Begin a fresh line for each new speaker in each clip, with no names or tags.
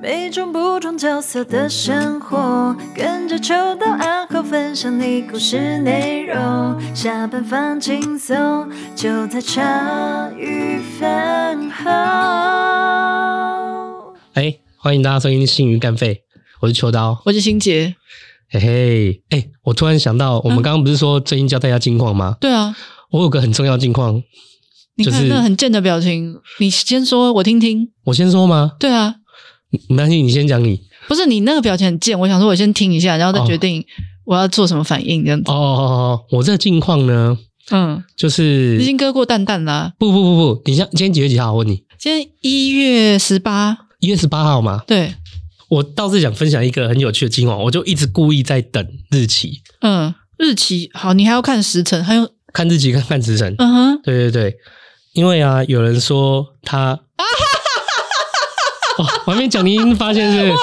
每种不同角色的生活，跟着秋到暗号分享你故事内容。下班放轻松，就在茶余饭后。
哎，欢迎大家收听《新鱼干肺》，我是秋刀。
我是心杰。
嘿嘿，哎，我突然想到，我们刚刚不是说最近交代一下近况吗？
对啊，
我有个很重要的近况，
你
就
看
是
那很贱的表情，你先说，我听听。
我先说吗？
对啊，
你没关系，你先讲你。
不是你那个表情很贱，我想说我先听一下，然后再
哦
决定我要做什么反应这样子。
哦哦哦哦，我这个近况呢，
嗯，
就是
你已经割过蛋蛋啦。
不不不不，你像今天几月几号？我问你，
今天一月十八，
一月十八号嘛。
对，
我倒是想分享一个很有趣的近况，我就一直故意在等日期，
嗯，日期好，你还要看时辰，还有，
看日期看看时辰。
嗯哼，
对对对，因为啊，有人说他，哦、我还没讲，你已经发现是不是？
发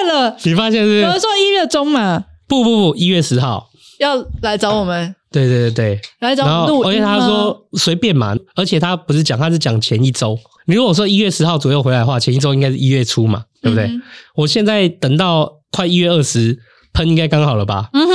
现了，
你发现是
有
不是？
人说一月中嘛，
不不不，一月十号。
要来找我们，
对对对对，
来找
然
我们录
后而且哦
音吗
他说随便嘛，而且他不是讲，他是讲前一周。你如果说一月十号左右回来的话，前一周应该是一月初嘛，对不对？
嗯哼
我现在等到快一月二十喷，应该刚好了吧？
嗯哼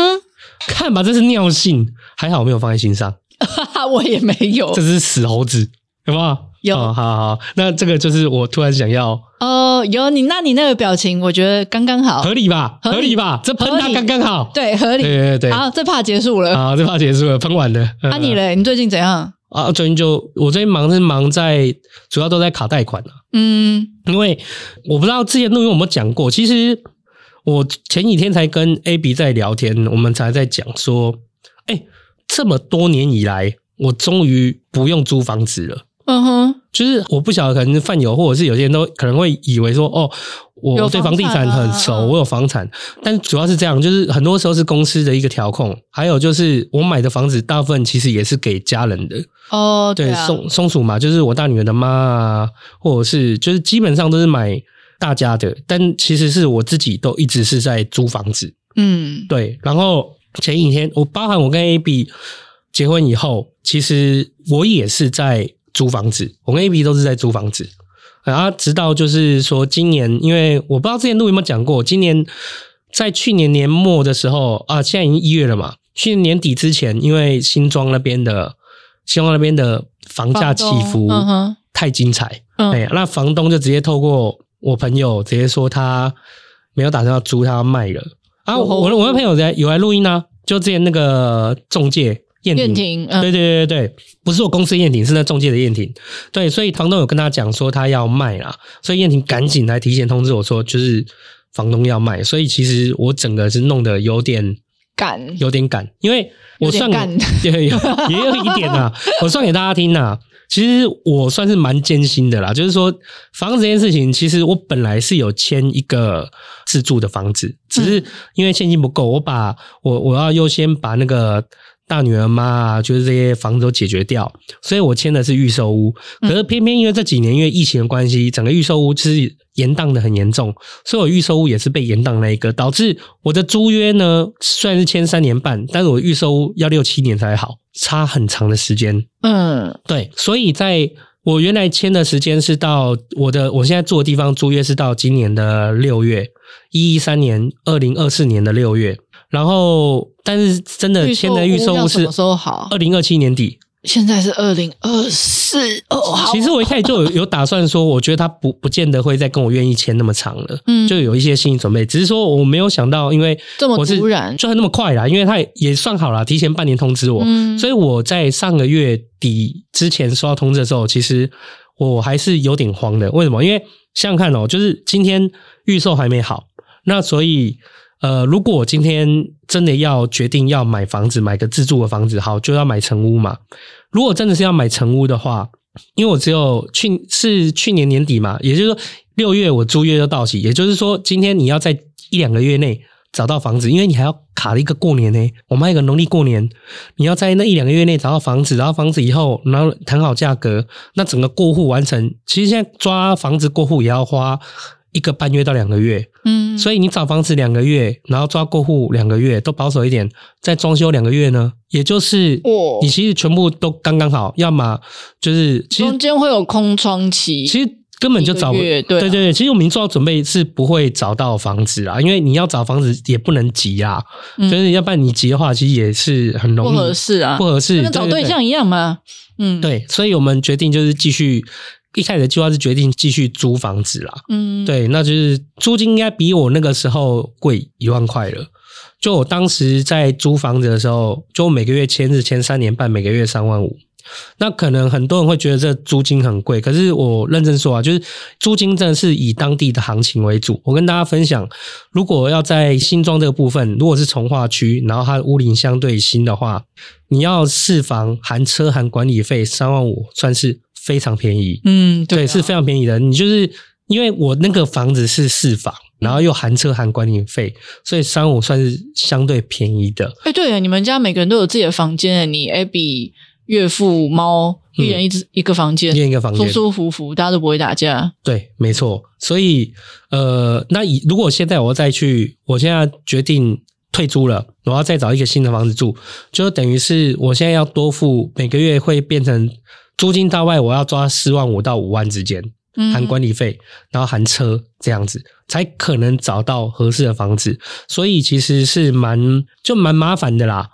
看吧，这是尿性，还好我没有放在心上，
哈哈，我也没有
这，是死猴子，有没有？
有
哦好好好，那这个就是我突然想要
哦，有你，那你那个表情，我觉得刚刚好，
合理吧，
合理
合理吧，这喷
合
它
理
刚刚好，
对，合理。
对对啊对，
好，这怕结束了。
好，这趴结束了，喷完了。嗯
啊，你
嘞？
嘞？你最近怎样？
啊，最近就我最近忙是忙在主要都在卡贷款了、
嗯
因为我不知道之前录音有没有讲过，其实我前几天才跟 A B 在聊天，我们才在讲说，哎、这么多年以来，我终于不用租房子了。
嗯哼，
就是我不晓得，可能是饭友或者是有些人都可能会以为说，哦，我
有
对
房
房地
产
产
啊
很熟，
嗯
我有房产。但主要是这样，就是很多时候是公司的一个调控，还有就是我买的房子大部分其实也是给家人的，
哦，
对，
啊，
松松鼠嘛，就是我大女儿的妈啊，或者是就是基本上都是买大家的，但其实是我自己都一直是在租房子。
嗯，
对，然后前几天我包含我跟 A B 结婚以后，其实我也是在租房子，我跟 A B 都是在租房子。然后直到就是说今年，因为我不知道之前录有没有讲过，今年在去年年末的时候啊，现在已经一月了嘛，去年年底之前，因为新庄那边的新庄那边的房价
房
起
东
伏
嗯哼，
太精彩，哎、
嗯，
那房东就直接透过我朋友直接说他没有打算要租，他要卖了。啊，
哦吼
我我那朋友在有来录音啊，就之前那个中介燕
燕
婷，
婷，
对
嗯
对对对，对不是我公司的燕婷，是那中介的燕婷。对，所以房东有跟他讲说他要卖啦，所以燕婷赶紧来提前通知我说，就是房东要卖。所以其实我整个是弄得有点
敢，
有点赶，因为我算
嗯有点
也也也有一点 啊，我算给大家听啊。其实我算是蛮艰辛的啦，就是说房子这件事情，其实我本来是有签一个自住的房子，只
嗯
是因为现金不够，我把我我要优先把那个大女儿妈啊，就是这些房子都解决掉，所以我签的是预售屋。可是偏偏因为这几年因为疫情的关系，整个预售屋是延宕的很严重，所以我预售屋也是被延宕那一个，导致我的租约呢虽然是签三年半，但是我预售屋要六七年才好，差很长的时间。
嗯
对，所以在我原来签的时间是到我的我现在住的地方租约是到今年的六月，一一三年二零二四年的六月，然后但是真的呃签的预售
屋
屋
要什
是
么时候好
二？零二七年底。
现在是二零二四，哦，好
其实我一开始就有有打算说，我觉得他不不见得会再跟我愿意签那么长了。
嗯
就有一些心理准备，只是说我没有想到，因为
这么
我是
突然
就那么快啦，因为他也也算好啦，提前半年通知我，
嗯
所以我在上个月底之前收到通知的时候，其实我还是有点慌的。为什么？因为想想看哦，就是今天预售还没好，那所以呃，如果我今天真的要决定要买房子，买个自住的房子，好，就要买成屋嘛。如果真的是要买成屋的话，因为我只有去是去年年底嘛，也就是说六月我租约就到期，也就是说今天你要在一两个月内找到房子，因为你还要卡了一个过年呢、我们还有一个农历过年，你要在那一两个月内找到房子，找到房子以后，然后谈好价格，那整个过户完成，其实现在抓房子过户也要花一个半月到两个月，
嗯，
所以你找房子两个月，然后抓过户两个月，都保守一点，再装修两个月呢，也就是
哦
你其实全部都刚刚好，要么就是其实
中间会有空窗期，
其实根本就找不
一个月对啊
对对，其实我们做好准备是不会找到房子啦，因为你要找房子也不能急啊，
嗯
就是要不然你急的话，其实也是很容
不
易
合适啊，
不合适
就跟找对。象一样嘛。嗯，，
对，所以我们决定就是继续，一开始的计划是决定继续租房子啦。
嗯，，
对，那就是租金应该比我那个时候贵一万块了。就我当时在租房子的时候，就我每个月签是签三年半，每个月三万五。那可能很多人会觉得这租金很贵，可是我认真说啊，就是租金真的是以当地的行情为主。我跟大家分享，如果要在新庄这个部分，如果是从化区，然后它的屋龄相对新的话，你要四房含车含管理费三万五，算是非常便宜。
嗯，
对，
啊
是非常便宜的。你就是因为我那个房子是四房，然后又含车含管理费，所以三五算是相对便宜的。
哎、对耶，你们家每个人都有自己的房间，你 Abby、岳父、猫，
嗯
一人一只、一个房间，
另一个房
舒
间，
舒服服，大家都不会打架。
对，没错。所以呃，那以如果现在我再去，我现在决定退租了，我要再找一个新的房子住，就等于是我现在要多付每个月会变成租金大概我要抓四万五到五万之间。
嗯，
含管理费，然后含车这样子，才可能找到合适的房子。所以其实是蛮就蛮麻烦的啦。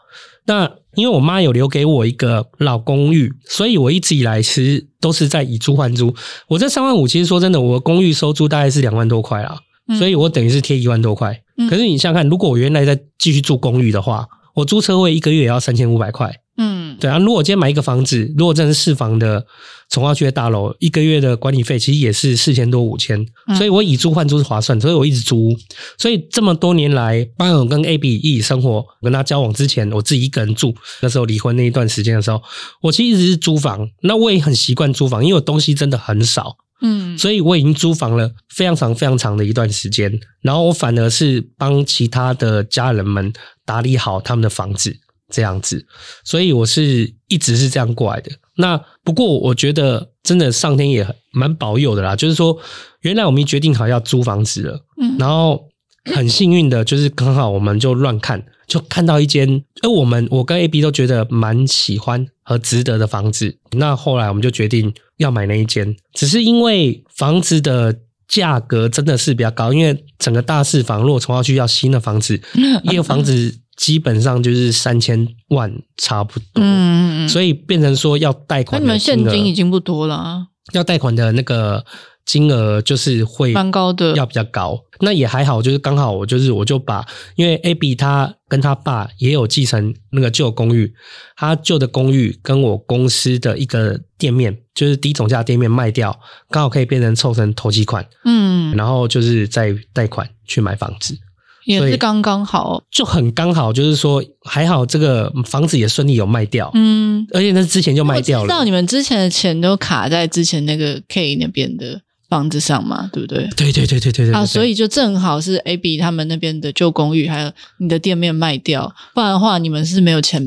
那因为我妈有留给我一个老公寓，所以我一直以来其实都是在以租还租。我这三万五，其实说真的，我公寓收租大概是两万多块啦，
嗯
所以我等于是贴一万多块。
嗯
可是你想想看，如果我原来在继续住公寓的话，我租车位一个月也要三千五百块。
嗯，
对啊，如果今天买一个房子，如果真的是四房的从化区的大楼，一个月的管理费其实也是四千多五千，
嗯
所以我以租换租是划算，所以我一直租。所以这么多年来，班友跟 A B 一起生活，我跟他交往之前，我自己一个人住，那时候离婚那一段时间的时候，我其实一直是租房，那我也很习惯租房，因为我东西真的很少，
嗯，
所以我已经租房了非常长、非常长的一段时间。然后我反而是帮其他的家人们打理好他们的房子，这样子。所以我是一直是这样过来的。那不过我觉得真的上天也蛮保佑的啦，就是说原来我们已决定好要租房子了，
嗯
然后很幸运的就是刚好我们就乱看，就看到一间，哎，我们我跟 A B 都觉得蛮喜欢和值得的房子。那后来我们就决定要买那一间，只是因为房子的。价格真的是比较高，因为整个大市房，如果从化区要新的房子，一个房子基本上就是三千万差不多。
嗯嗯嗯，
所以变成说要贷
那
款
你
的
们
金额，
现金已经不多了啊，
要贷款的那个金额就是会
蛮高的
要比较高。那也还好，就是刚好我就是我就把，因为 AB 他跟他爸也有继承那个旧公寓，他旧的公寓跟我公司的一个店面，就是低总价店面卖掉，刚好可以变成凑成投机款，
嗯，
然后就是再贷款去买房子。
也
所以
是刚刚好，
就很刚好，就是说还好这个房子也顺利有卖掉，
嗯，
而且那之前就卖
我
掉
知道
了。
你们之前的钱都卡在之前那个 K 那边的房子上嘛，对不对？
对对对对对对对
啊，所以就正好是 A B 他们那边的旧公寓，还有你的店面卖掉，不然的话你们是没有钱，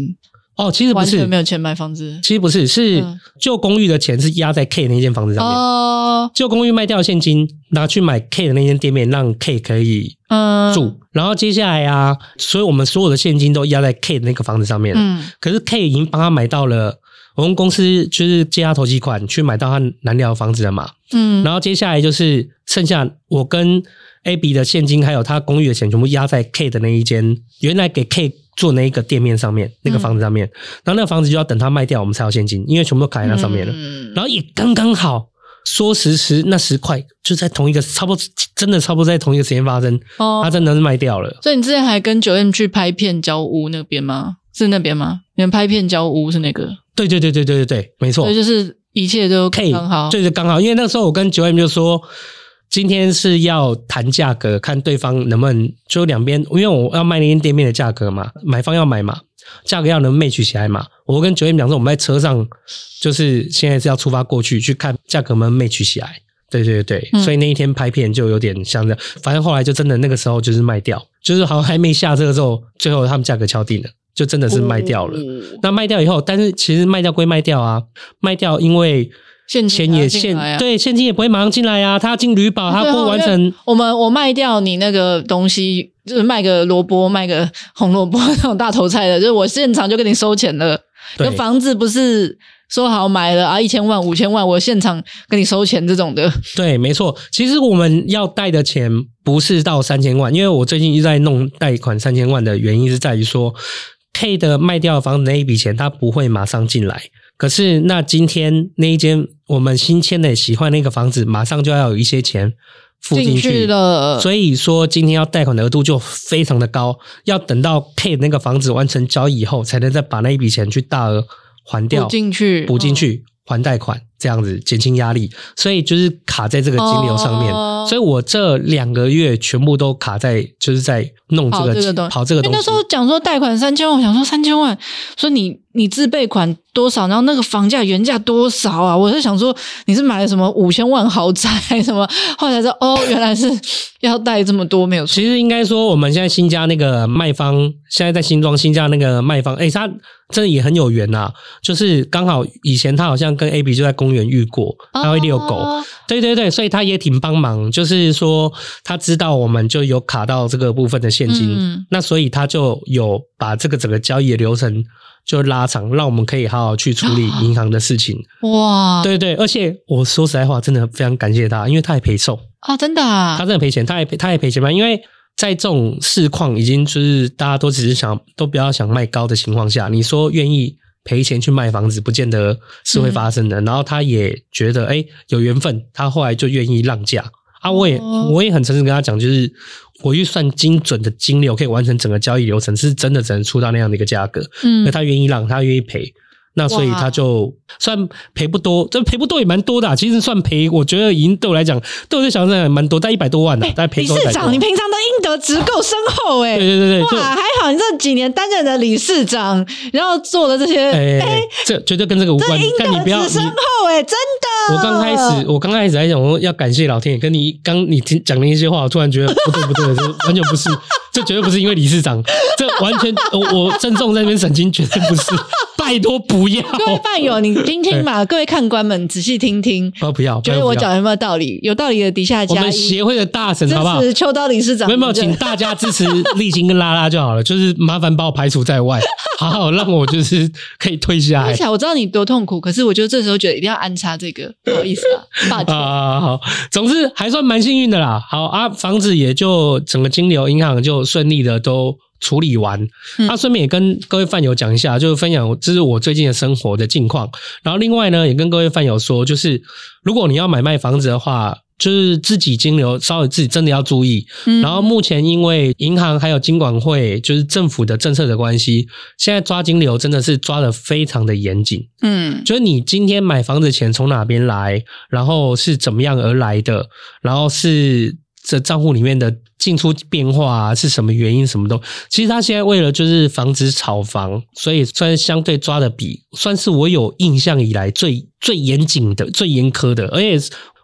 哦，其实不
完
是
全没有钱买房子
其实不是，是
嗯
旧公寓的钱是压在 K 那间房子上面，
哦，
旧公寓卖掉现金拿去买 K 的那间店面，让 K 可以
嗯，
住。，然后接下来啊，所以我们所有的现金都压在 K 的那个房子上面了。
嗯
可是 K 已经帮他买到了，我们公司就是借他投机款去买到他南寮的房子了嘛。
嗯，
然后接下来就是剩下我跟 AB 的现金，还有他公寓的钱，全部压在 K 的那一间原来给 K 做那一个店面上面，那
嗯
个房子上面。然后那个房子就要等他卖掉，我们才有现金，因为全部都卡在那上面了。
嗯
然后也刚刚好，说时迟那时快，就在同一个差不多，真的差不多在同一个时间发生，他
哦，
真的是卖掉了。
所以你之前还跟九 M 去拍片交屋那边吗？是那边吗？你们拍片交屋是那个，
对对对对对对对，没错
所以。就是一切都
K
刚好，
就是刚好，因为那时候我跟九 M 就说，今天是要谈价格，看对方能不能就两边，因为我要卖那间店面的价格嘛，买方要买嘛，价格要能 match 起来嘛。我跟九 M 讲说，我们在车上就是现在是要出发过去去看价格能不能 match 起来。对对对，
嗯
所以那一天拍片就有点像这样，反正后来就真的那个时候就是卖掉，就是好像还没下车的时候，最后他们价格敲定了，就真的是卖掉了。
哦
那卖掉以后，但是其实卖掉归卖掉啊，卖掉因为
现金
钱也
拿进
现
来啊
对现金也不会马上进来啊，他要进旅保，他
对
不
哦
完
因
成
为。我们我卖掉你那个东西，就是卖个萝卜，卖个红萝卜那种大头菜的，就是我现场就跟你收钱了。
对
那房子不是说好买了啊，一千万、五千万，我现场跟你收钱这种的。
对，没错。其实我们要贷的钱不是到三千万，因为我最近一直在弄贷款三千万的原因是在于说，K 的卖掉的房子那一笔钱，它不会马上进来。可是那今天那一间我们新签的喜欢那个房子，马上就要有一些钱付进
进去了
所以说今天要贷款的额度就非常的高，要等到 K 那个房子完成交易以后，才能再把那一笔钱去大额还掉
补进去哦嗯
补进去还贷款，这样子减轻压力，所以就是卡在这个金流上面。
哦
所以我这两个月全部都卡在就是在弄这
跑
个
这个东西，
跑这个
因
东
为那
西
时。候讲说贷款三千万，我想说三千万，说你你自备款多少，然后那个房价原价多少啊？我是想说你是买了什么五千万豪宅什么，后来才知道哦，原来是 要贷这么多，没有错。
其实应该说，我们现在新家那个卖方，现在在新庄新家那个卖方，哎、他真的也很有缘呐、啊就是刚好以前他好像跟 AB 就在公园遇过，他会遛狗，
哦
对对对，所以他也挺帮忙，就是说他知道我们就有卡到这个部分的现金，
嗯
那所以他就有把这个整个交易的流程就拉长，让我们可以好好去处理银行的事情。
哇，
对对，而且我说实在话，真的非常感谢他，因为他也赔售，
啊，真的
他
啊，
真的赔钱，他也赔他也赔钱嘛，因为。在这种市况，已经就是大家都只是想，都不要想卖高的情况下，你说愿意赔钱去卖房子，不见得是会发生的。然后他也觉得，哎、有缘分，他后来就愿意让价啊。我也、
哦
我也很诚实跟他讲，就是我预算精准的金流可以完成整个交易流程，是真的只能出到那样的一个价格。
嗯
那，他愿意让，他愿意赔。那所以
哇
他就算赔不多，这赔不多也蛮多的、啊。其实算赔，我觉得已经对我来讲，对我就想也蛮多，但一百多万的、啊，大概赔
理
多
事
100多
长，
万
你平常的应得值够深厚哎、
对对对对，就
哇，还好你这几年担任的理事长，然后做了这些，
哎、这绝对跟这个无
这
关
应。
但你不要，
得值
你
深厚哎、真的。
我刚开始，我刚开始还想说要感谢老天爷，跟你刚你听讲的一些话，我突然觉得不对不对，这完全不是，这绝对不是因为理事长，这完全我我郑重在那边澄清，绝对不是，拜托不 要，
各位饭友，你听听嘛，各位看官们仔细 听听，
啊不要，
觉
拜
得
托不
我
要
讲有没有道理？有道理的底下
我
加
们
一，
协会的大神好不好
支？持秋刀理事长。
没有没有，
对
请大家支持立青跟拉拉就好了， 就是麻烦把我排除在外， 好好让我就是可以退下
而
来
且我知道你多痛苦，可是我就这时候觉得一定要安插这个，不好意思啊， 霸气。
啊，好，总之还算蛮幸运的啦。好啊，房子也就整个金流银行就顺利的都处理完。
嗯
那、顺便也跟各位饭友讲一下，就是分享这是我最近的生活的近况。然后另外呢，也跟各位饭友说，就是如果你要买卖房子的话。就是自己金流稍微自己真的要注意，
嗯
然后目前因为银行还有金管会就是政府的政策的关系，现在抓金流真的是抓的非常的严谨。
嗯，
就是你今天买房子钱从哪边来，然后是怎么样而来的，然后是这账户里面的进出变化、啊、是什么原因，什么都。其实他现在为了就是防止炒房，所以算是相对抓的比算是我有印象以来最最严谨的、最严苛的，而且。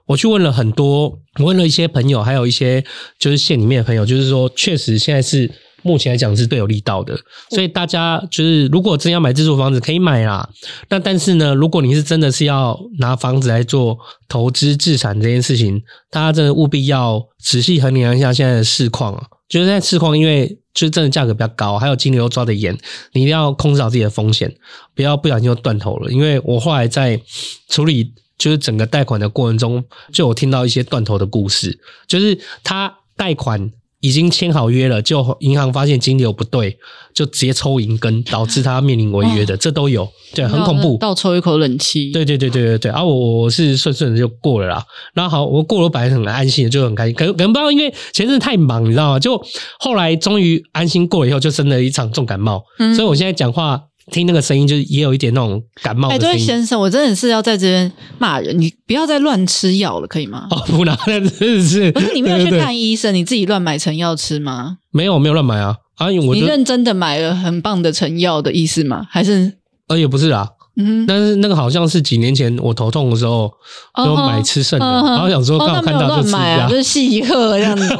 我去问了很多，我问了一些朋友，还有一些就是县里面的朋友，就是说，确实现在是目前来讲是最有力道的，所以大家就是如果真要买自住房子，可以买啦。那但是呢，如果你是真的是要拿房子来做投资置产这件事情，大家真的务必要仔细衡量一下现在的市况啊。就是在市况，因为就是真的价格比较高，还有金流又抓得严，你一定要控制好自己的风险，不要不小心就断头了。因为我后来在处理就是整个贷款的过程中，就有听到一些断头的故事，就是他贷款已经签好约了，就银行发现金流不对，就直接抽银根，导致他面临违约的，这都有，
哦嗯
对，很恐怖。
倒抽一口冷气。
对对对对对对啊！我我是顺顺的就过了啦。然后好，我过了，我本来很安心的，就很开心。可可能不知道，因为前阵子太忙，你知道吗？就后来终于安心过了以后，就生了一场重感冒，
嗯
所以我现在讲话听那个声音，就是也有一点那种感冒
哎，
的
这
声
位
音。
先生，我真的是要在这边骂人，你不要再乱吃药了，可以吗？
哦，不啦，真的是
不是你没有
对
去
对对
看医生，你自己乱买成药吃吗？
没有没有乱买啊啊！我
你
就
认真的买了很棒的成药的意思吗？还是
呃也不是啦，
嗯哼？
但是那个好像是几年前我头痛的时候，
哦
就买吃剩的，
嗯哼
然后想说
哦
刚好
那没
看
有
到就
乱
吃一
买啊，
下
就。是细喝这 样子。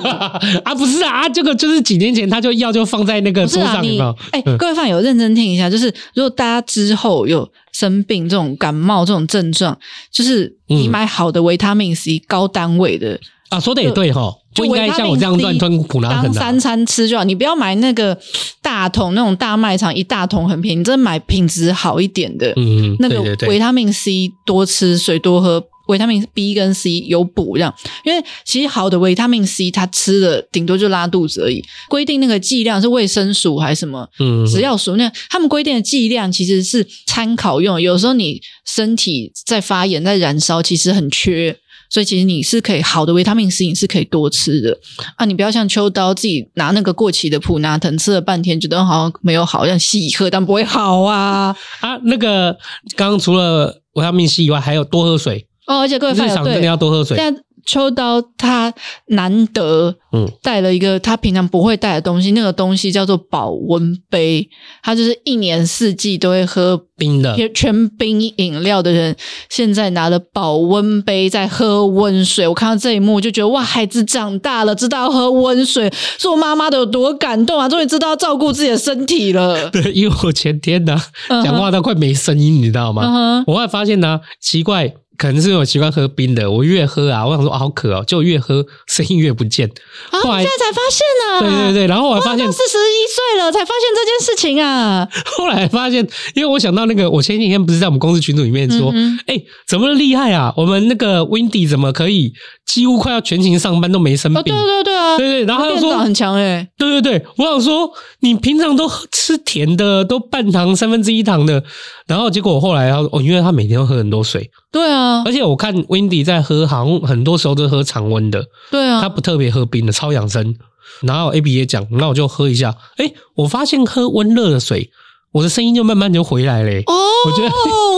啊，不是啊，这个就是几年前他就药就放在那个
不是
桌
啊，
上，有没
你
有？
哎、
嗯
各位饭友认真听一下，就是如果大家之后有生病这种感冒这种症状，就是你
嗯
买好的维他命 C 高单位的
啊，说的也对哈，
就
不应该像我这样乱吞苦拿
当
很
三
难。
餐吃就好，你不要买那个大桶那种大卖场一大桶很便宜，你真的买品质好一点的。
嗯，
那
对对
个维
对，
他命 C 多吃，水多喝，维他命 B 跟 C 有补这样。因为其实好的维他命 C，它吃了顶多就拉肚子而已。规定那个剂量是卫生署还是什么？
嗯，
只要署那他们规定的剂量其实是参考用的，有时候你身体在发炎、在燃烧，其实很缺，所以其实你是可以好的维他命 C，你是可以多吃的啊。你不要像秋刀自己拿那个过期的普拿疼吃了半天，觉得好像没有好，像吸一喝但不会好啊。
啊，那个刚刚除了维他命 C 以外，还有多喝水，
哦，而且各位
日
发友
常真的
对
要，多喝水。
但秋刀他难得
嗯
带了一个他平常不会带的东西，那个东西叫做保温杯，他就是一年四季都会喝
冰的，
全全冰饮料的人，现在拿了保温杯在喝温水。我看到这一幕就觉得哇，孩子长大了，知道要喝温水，做妈妈的有多感动啊！终于知道要照顾自己的身体 了。
对，因为我前天呢、
嗯哼
讲话都快没声音，你知道吗？
嗯哼，
我后来发现呢、奇怪，可能是因为我习惯喝冰的，我越喝啊，我想说、啊好渴哦，就越喝声音越不 见。
啊，
后来
你现在才发现啊！
对对对，然后我还发 现，
四十一岁了才发现这件事情啊！
后来发现，因为我想到那个，我前几天不是在我们公司群组里面说，哎、
嗯
怎么厉害啊？我们那个 Windy 怎么可以几乎快要全勤上班都没生
哦，
病？
对对对啊，
对对，然后他又
店长
说，
很强哎、
对对对，我想说你平常都喝吃甜的，都半糖三分之一糖的，然后结果我后来他说哦，因为他每天都喝很多水，
对啊，
而且我看 Wendy 在喝，好像很多时候都喝常温的，
对啊，
他不特别喝冰的，超养生。然后 AB 也讲，那我就喝一下，哎，我发现喝温热的水，我的声音就慢慢就回来嘞、
哦，
我觉得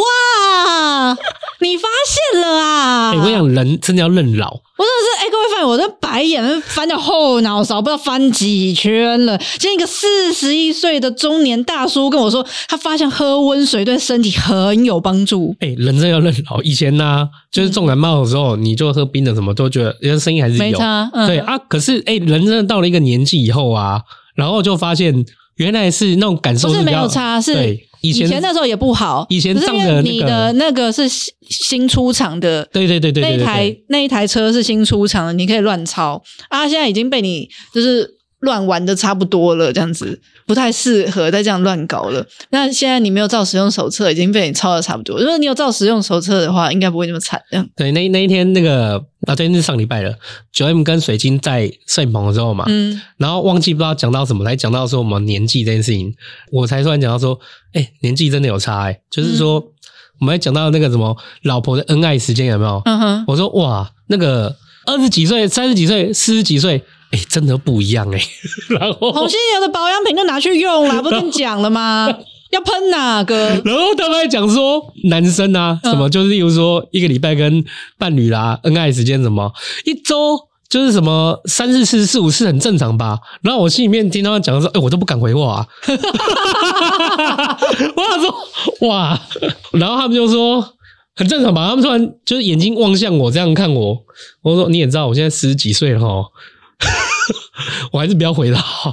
哇，你发现了啊！
哎、我想人真的要认老，
我真的是，哎、各位饭友，我的白眼翻到后脑勺，不知道翻几圈了。今天一个四十一岁的中年大叔跟我说，他发现喝温水对身体很有帮助。
哎、人真的要认老。以前呢、就是重感冒的时候，你就喝冰的什么，都觉得人声音还是
嗯没
有。
差，嗯、
对啊，可是哎、人真的到了一个年纪以后啊，然后就发现原来是那种感受
不是
比
没
较
有差，是
对以前
那时候也不好，
以前
只是因
仗着那
为你
个
的那个是新新出厂的，
对对对对
那
对
一
对
台
对，
那一台车是新出厂的，你可以乱抄啊！现在已经被你就是乱玩的差不多了，这样子不太适合再这样乱搞了。那现在你没有照使用手册，已经被你抄的差不多。如果你有照使用手册的话，应该不会那么惨。这样，
对那那一天那个啊，对，那是上礼拜了。九 M 跟水晶在摄影棚的时候嘛，
嗯，
然后忘记不知道讲到什么，才讲到说我们年纪这件事情，我才突然讲到说，哎、年纪真的有差哎、就是说、我们在讲到那个什么老婆的恩爱时间有没有？
嗯哼，
我说哇，那个二十几岁、三十几岁、四十几岁，哎、真的不一样哎、然后
红犀牛的保养品就拿去用啦，不是跟你讲了吗？ 要喷哪个？
然后他们还讲说男生啊，什么、就是例如说一个礼拜跟伴侣啦、恩爱时间什么一周。就是什么三四次、四五次很正常吧？然后我心里面听到他讲说，哎、我都不敢回话啊！ 我想说，哇！然后他们就说很正常吧？他们突然就是眼睛望向我，这样看我。我说你也知道，我现在十几岁了哈， 我还是不要回答好。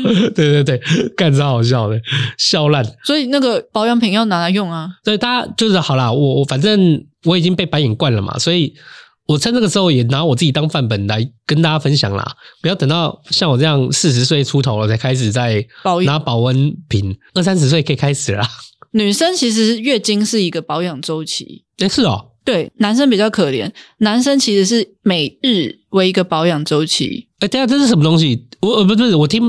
对对对，干超好笑的，笑烂。
所以那个保养品要拿来用啊。
所以大家就是好啦，我我反正我已经被白眼惯了嘛，所以我趁这个时候也拿我自己当范本来跟大家分享啦。不要等到像我这样四十岁出头了才开始在
保养
拿保温瓶，二三十岁可以开始啦。
女生其实月经是一个保养周期，
哎、是哦，
对，男生比较可怜，男生其实是每日为一个保养周期。
哎、等一下这是什么东西？我呃不是我听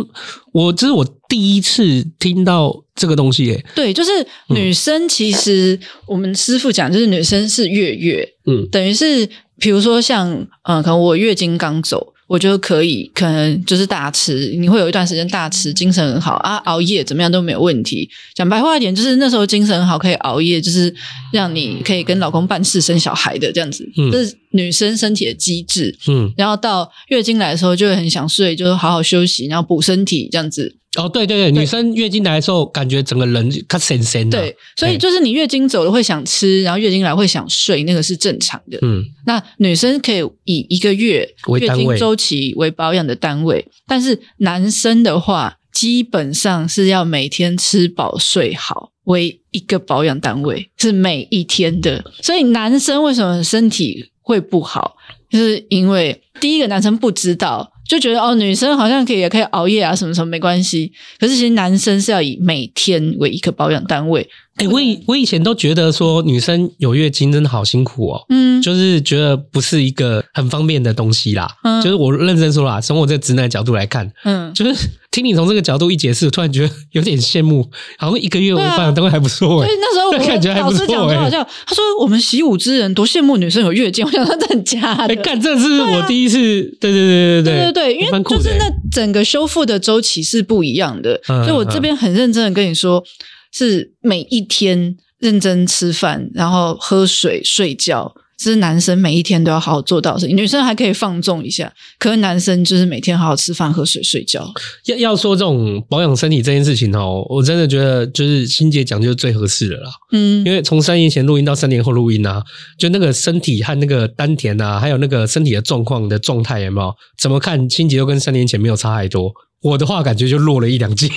我这是我第一次听到这个东西耶、
对，就是女生其实、我们师傅讲，就是女生是月月，
嗯
等于是比如说像嗯、呃可能我月经刚走。我觉得可以，可能就是大吃，你会有一段时间大吃，精神很好啊，熬夜怎么样都没有问题。讲白话一点，就是那时候精神很好，可以熬夜，就是让你可以跟老公办事、生小孩的这样子，
嗯
这是女生身体的机制。
嗯，
然后到月经来的时候就会很想睡，就是好好休息，然后补身体这样子。
哦对对对，女生月经来的时候，感觉整个人咔神神啊的，
对，所以就是你月经走了会想吃，然后月经来会想睡，那个是正常的。
嗯
那女生可以以一个月
为
月
单位
经周期为保养的单位，但是男生的话，基本上是要每天吃饱睡好为一个保养单位，是每一天的。所以男生为什么身体会不好？就是因为第一个男生不知道，就觉得哦，女生好像可以也可以熬夜啊，什么什么没关系。可是其实男生是要以每天为一个保养单位，
哎、我以我以前都觉得说女生有月经真的好辛苦哦，
嗯，
就是觉得不是一个很方便的东西啦。
嗯
就是我认真说啦，从我这直男的角度来看，
嗯，
就是听你从这个角度一解释，我突然觉得有点羡慕，好像一个月我
对啊
保养单位还不错
所
哎、
以那时候
这感觉
我
还
老
不
师讲
错
说好
哎、
像他说我们习武之人多羡慕女生有月经， 我想说真的假
哎，
的？啊
干、这是我第一次，对对对
对
对
对，因为
蛮酷
就
的
是
欸
那整个修复的周期是不一样的，
嗯
所以我这边很认真的跟你说，是每一天认真吃饭，然后喝水、睡觉，这是男生每一天都要好好做到的事情。女生还可以放纵一下，可是男生就是每天好好吃饭、喝水、睡觉。
要要说这种保养身体这件事情哦，我真的觉得就是欣姐讲就是最合适的啦。
嗯
因为从三年前录音到三年后录音啊，就那个身体和那个丹田啊，还有那个身体的状况的状态有没有？怎么看，清洁都跟三年前没有差太多。我的话，感觉就弱了一两届。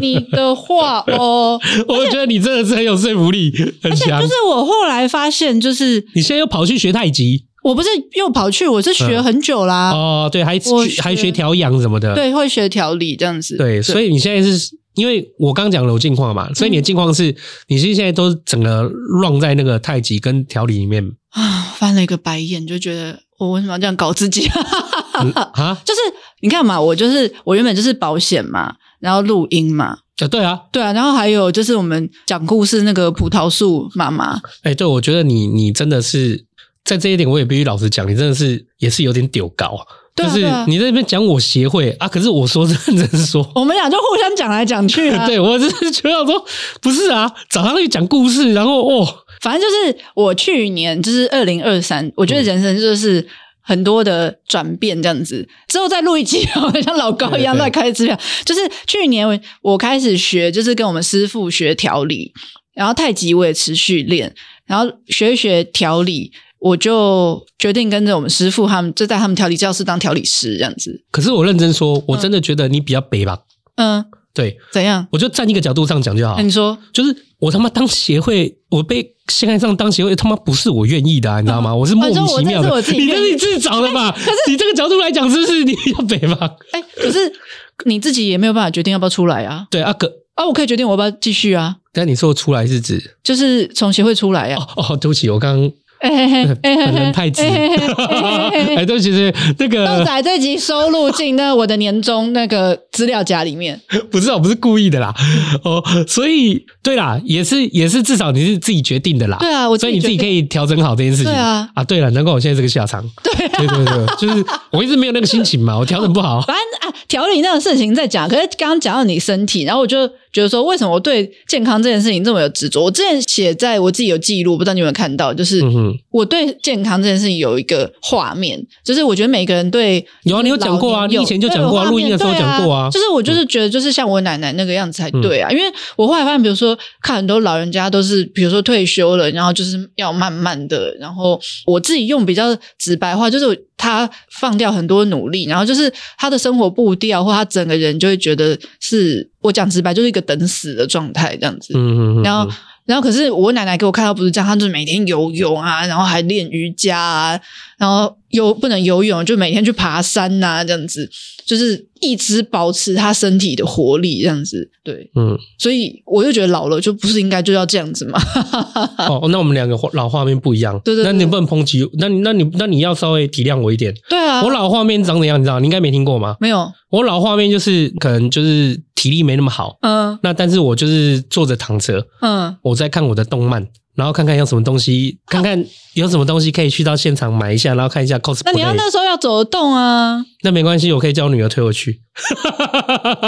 你的话哦，
我觉得你真的是很有说服力，很强。
就是我后来发现，就是
你现在又跑去学太极
我不是又跑去，我是学很久啦，
嗯哦，对，还
啊我
学还
学
学调养什么的。
对，会学调理这样子。
对，所以你现在是因为我刚讲了我近况嘛，所以你的近况是，你是现在都整个乱在那个太极跟调理里面
啊，翻了一个白眼，就觉得我为什么要这样搞自己？
嗯啊？
就是你看嘛，我就是我原本就是保险嘛，然后录音嘛，
啊，对啊，
对啊，然后还有就是我们讲故事那个葡萄树妈妈，
哎、对，我觉得你你真的是在这一点，我也必须老实讲，你真的是也是有点丢高啊，
对啊
就是
对啊
你在那边讲我协会啊，可是我说 认真说。
我们俩就互相讲来讲去啊。
对，我只是觉得说不是啊，早上去讲故事，然后哦，
反正就是我去年就是二零二三，我
嗯
觉得人生就是很多的转变这样子。之后再录一集， 我像老高一样
对对
乱开支票。就是去年我我开始学，就是跟我们师傅学调理，然后太极我也持续练，然后学一学调理。我就决定跟着我们师傅他们，就在他们调理教室当调理师这样子。
可是我认真说，我真的觉得你比较北吧。
嗯，
对，
怎样？
我就站一个角度上讲就好
那，你说，
就是我他妈当协会，我被陷害上当协会，他妈不是我愿意的、啊，你知 道吗？我是莫名其妙的，
哦你说我这是我自己
你这
愿意
是你自己找的 吧？你这个角度来讲，是不是你比较北吧？
哎、可是你自己也没有办法决定要不要出来啊。
对啊，可
啊，我可以决定我要不要继续啊，
但你说出来是指
就是从协会出来 啊。
哦哦，对不起，我刚
哎嘿嘿
刚
哎嘿嘿
本人太 直，
哎嘿嘿哎嘿嘿
哎，对不起，对不起那
豆啊
个
仔这集收录进那我的年终那个资料夹里面。
不是，我不是故意的啦。哦，所以对啦，也是也是，至少你是自己决定的啦。
对啊，我
所以你自己
觉
可
得
以调整好这件事情。
对啊
啊，对了，难怪我现在这个下场。
对啊。
对对对，就是我一直没有那个心情嘛，我调整不好。
反正啊，调理那个事情在讲，可是刚刚讲到你身体，然后我就觉得说，为什么我对健康这件事情这么有执着？我之前写在我自己有记录，不知道你有没有看到，就是
嗯哼，
我对健康这件事情有一个画面，就是我觉得每个人对
有啊
就是
你有讲过啊
老年有
你以前就讲过啊
对有画面
录音的时候讲过啊嗯
对就是我就是觉得就是像我奶奶那个样子才对啊，因为我后来发现，比如说看很多老人家都是，比如说退休了，然后就是要慢慢的，然后我自己用比较直白话，就是他放掉很多努力，然后就是他的生活步调或他整个人就会觉得是我讲直白就是一个等死的状态这样子，
嗯哼哼，
然后，然后可是我奶奶给我看到不是这样，她就是每天游泳啊，然后还练瑜伽啊，然后游不能游泳就每天去爬山呐、这样子，就是一直保持她身体的活力这样子。对，
嗯，
所以我就觉得老了就不是应该就要这样子 嘛。
哦，那我们两个画老画面不一样。
对对对
那你不能抨击，那你那你那你要稍微体谅我一点。
对啊，
我老画面长怎样，你知道？你应该没听过吗？
没有，
我老画面就是可能就是体力没那么好，
嗯
那但是我就是坐着躺着，
嗯，
我在看我的动漫，然后看看有什么东西，看看有什么东西可以去到现场买一下，然后看一下 cosplay。
那你要那时候要走得动啊。
那没关系，我可以叫我女儿推我去，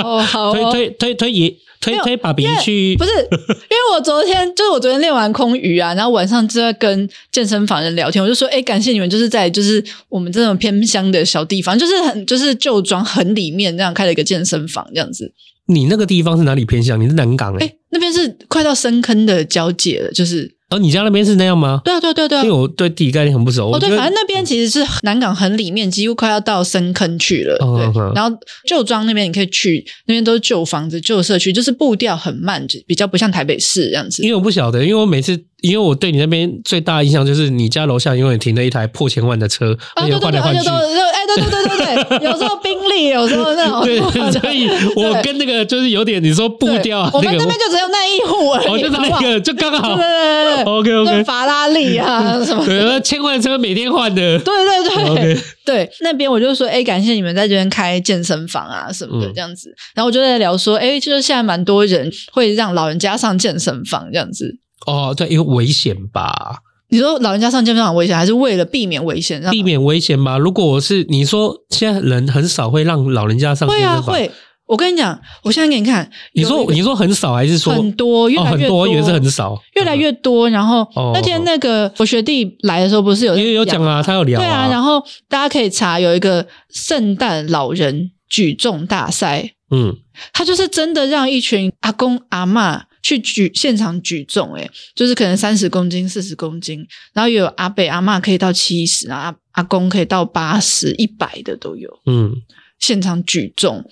哦，好
推
哦。
推推推爷推
没有
推爸比
因为
去
不。是，因为我昨天就是我昨天练完空余啊，然后晚上就在跟健身房人聊天，我就说，哎、感谢你们，就是在就是我们这种偏乡的小地方，就是很就是旧庄很里面这样开了一个健身房这样子，
你那个地方是哪里偏向？你是南港哎、
哎、那边是快到深坑的交界了，就是
而哦你家那边是那样吗？
对啊，对啊对啊对啊
因为。我对地理概念很不熟。
哦，
我觉
对，
得
反正那边其实是南港很里面，几乎快要到深坑去了。
嗯嗯嗯
对，然后旧庄那边你可以去，那边都是旧房子、旧社区，就是步调很慢，就比较不像台北市这样子
因。为我不晓得，因为我每次，因为我对你那边最大的印象就是你家楼下永远停了一台破千万的车，
啊，
而
对
且
对
换
对，
来
而
换
且
去
都。都哎，对对对对对，有时候宾利，有时候那种。
对， 所以我跟那个就是有点你说步
对
调啊
我们
那个
那边就只有那一户而
我，哦，
已，
就
好
那
不好？对
个就刚好
对对 对对
，OK
那
OK，
法拉利 啊什么。
对，那千万车每天换的，
对对 对
OK
对，那边我就说，哎、感谢你们在这边开健身房啊什么的
嗯
这样子，然后我就在聊说，哎、就是现在蛮多人会让老人家上健身房这样子。
哦，对，因为危险吧，
你说老人家上健身房危险，还是为了避免危险？让
避免危险吧。如果我是你说，现在人很少会让老人家上健
会
身
啊
房，
会。我跟你讲，我现在给你看，
你
有一
说
个
你说很少还是说
很多，越
哦
来
很
越
多，
也
原是很少，嗯
越来越多。然后
哦
那天那个我学弟来的时候，不是有
因为有讲啊，他有聊
对啊，然
后
后大家可以查有一个圣诞老人举重大赛，
嗯，
他就是真的让一群阿公阿嬷去举现场举重、欸，就是可能三十公斤、四十公斤，然后也有阿伯阿嬷可以到七十，然后阿阿公可以到八十、一百的都有，
嗯，
现场举重，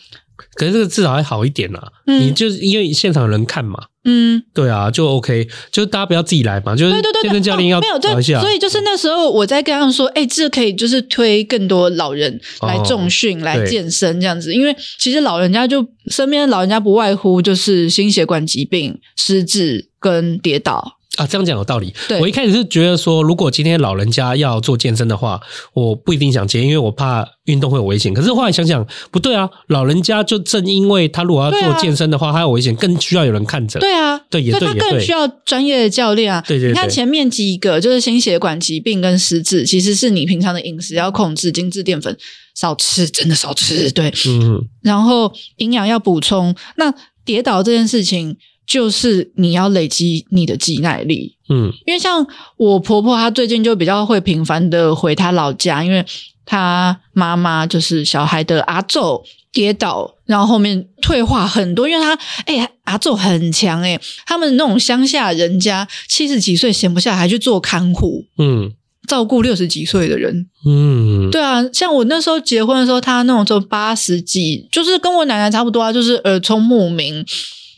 可是这个至少还好一点啦。
嗯
你就是因为现场有人看嘛，
嗯。
对啊，就 OK，就大家不要自己来嘛，就是
对对对对，
健身教练
哦
要
没有
找一
对，
下，
所以就是那时候我在跟他们说，哎、这可以就是推更多老人来重训、来
哦对
健身这样子，因为其实老人家就身边的老人家不外乎就是心血管疾病、失智跟跌倒。
啊，这样讲有道理。
对
我一开始是觉得说，如果今天老人家要做健身的话，我不一定想接，因为我怕运动会有危险。可是后来想想，不对啊，老人家就正因为他如果要
对
做
啊
健身的话，他有危险，更需要有人看着。
对啊，
对也
所以
对
他
也
更
对
需要专业的教练啊。
对对对
你看前面几个就是心血管疾病跟失智，其实是你平常的饮食要控制，精致淀粉少吃，真的少吃。对，
嗯，
然后营养要补充。那跌倒这件事情，就是你要累积你的肌耐力。
嗯
因为像我婆婆，她最近就比较会频繁的回她老家，因为她妈妈就是小孩的阿昼跌倒，然后后面退化很多。因为她哎、阿昼很强哎、他们那种乡下人家七十几岁闲不下来，还去做看护，
嗯
照顾六十几岁的人。
嗯，
对啊，像我那时候结婚的时候，她那种时候八十几，就是跟我奶奶差不多啊，就是耳聪目明，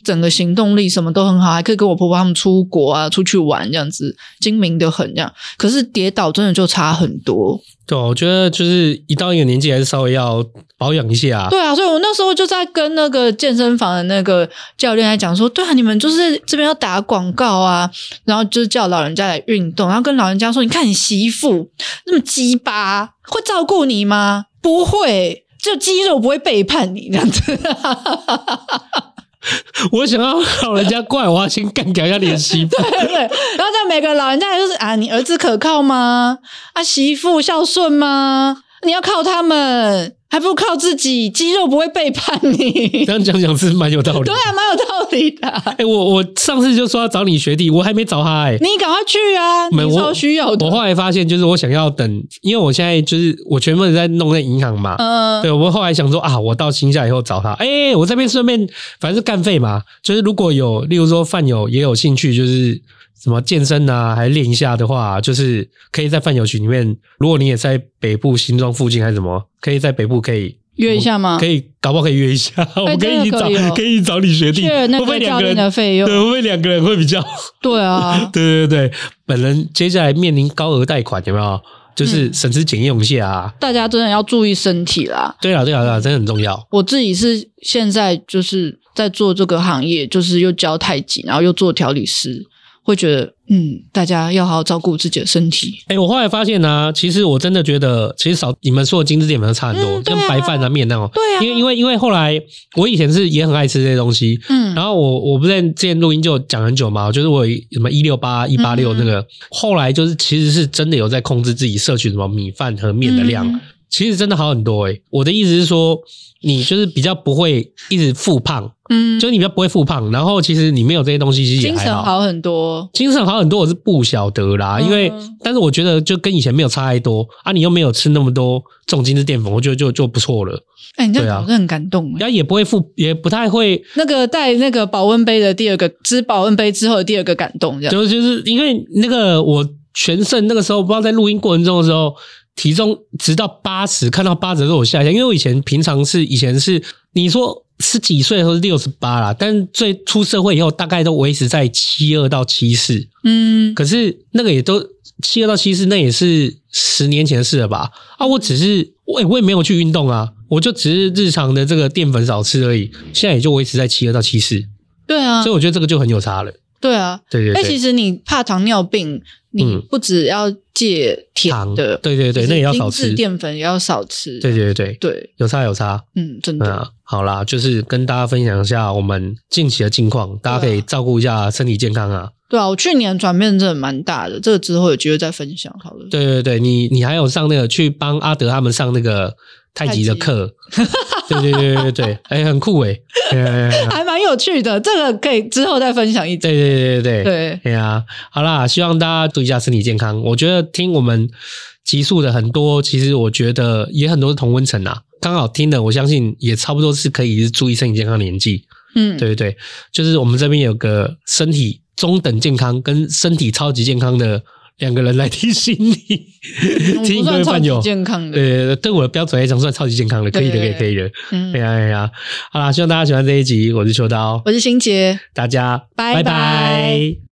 整个行动力什么都很好，还可以跟我婆婆他们出国啊、出去玩这样子，精明的很这样。可是跌倒真的就差很多。
对啊，我觉得就是一到一个年纪，还是稍微要保养一下。
对啊，所以我那时候就在跟那个健身房的那个教练在讲说，对啊，你们就是这边要打广告啊，然后就是叫老人家来运动，然后跟老人家说，你看你媳妇那么鸡巴，会照顾你吗？不会。只有肌肉不会背叛你这样子，
我想要老人家怪我，要先干掉一下脸媳妇。
对对。然后在每个老人家就是啊，你儿子可靠吗？啊，媳妇孝顺吗？你要靠他们，还不如靠自己，肌肉不会背叛你。
这样讲讲是蛮有道理。
对啊，蛮有道理的啊、
哎、我我上次就说要找你学弟，我还没找他哎、
你赶快去啊！
没
你
我
超需要的。
我后来发现，就是我想要等，因为我现在就是我全部在弄那银行嘛。
嗯，
对，我后来想说啊，我到新下以后找他，哎、我这边顺便反正是干费嘛，就是如果有，例如说饭友也有兴趣，就是什么健身啊，还练一下的话，就是可以在饭友群里面，如果你也在北部新庄附近还是什么，可以在北部可以
约一下吗？
可
以
以，搞不好可以约一下， 我们可以一起
啊真的
找，
可以哦
可以找你学弟，
去那
会不会
个
两
教
个人
练的费
对，
用。
会不会两个人会比较，
对啊
对对对，本人接下来面临高额贷款，有没有？
嗯
就是省吃俭用一下啊。
大家真的要注意身体啦。
对啊啦，对啦，对啦，真的很重要。
我自己是现在就是在做这个行业，就是又教太极，然后又做调理师，会觉得嗯，大家要好好照顾自己的身体。
哎，我后来发现呢、其实我真的觉得，其实少你们说的精致淀粉都差很多，
嗯对啊
跟白饭啊、面那种。
对啊
因为因为因为后来我以前是也很爱吃这些东西，
嗯
然后我我不是之前录音就讲很久嘛，就是我有一什么一六八一八六
嗯
那个，后来就是其实是真的有在控制自己摄取什么米饭和面的量，
嗯
其实真的好很多诶、我的意思是说，你就是比较不会一直复胖，
嗯，
就是你比较不会复胖，然后其实你没有这些东西，其实也
精
还
神
好。
好很多，
精神好很多，我是不晓得啦，
嗯
因为但是我觉得就跟以前没有差太多啊，你又没有吃那么多重金质淀粉，我觉得就就不错了，
哎、你这样
对啊
讲我真的很感动、哎
然后也不会复，也不太会，
那个带那个保温杯的第二个，吃保温杯之后的第二个感动，这样
就就是因为那个我全盛那个时候，不知道在录音过程中的时候，体重直到八十，看到八十的时候我吓一跳，因为我以前平常是以前是你说十几岁的时候是六十八啦，但是最出社会以后大概都维持在七二到七四，
嗯，
可是那个也都七二到七四，那也是十年前的事了吧？啊，我只是我、也我也没有去运动啊，我就只是日常的这个淀粉少吃而已，现在也就维持在七二到七四，
对啊
所以，我觉得这个就很有差了。
对啊。
对对
哎，其
对，
实你怕糖尿病，你
嗯
不只要戒甜
糖
的，
对对对，
就是
那也要少
精致
吃。对
淀粉也要少吃，
对啊对对，
对，
有差有差。
嗯，真的，
那好啦，就是跟大家分享一下我们近期的近况，大家可
啊
以照顾一下身体健康啊。
对啊，我去年转变真的蛮大的，这个之后有机会再分享好了。
对对对，你你还有上那个去帮阿德他们上那个太极的课，对对对对对对，哎、很酷哎、哎哎哎哎
还蛮有趣的，这个可以之后再分享一集。
对对对对对，哎
对，
呀、好啦，希望大家注意一下身体健康。我觉得听我们集数的很多，其实我觉得也很多是同温层啊，刚好听的，我相信也差不多是可以注意身体健康的年纪。
嗯，
对对对，就是我们这边有个身体中等健康跟身体超级健康的两个人来提醒你
我， 们
提醒各
嗯不算
位
超
朋
级
友。
健康的，
对，对我的标准来讲算超级健康的，可以的，可以，
对
可以的。
嗯
哎，呀哎呀，好啦，希望大家喜欢这一集，我是秋刀，
我是欣杰，
大家拜
拜拜
拜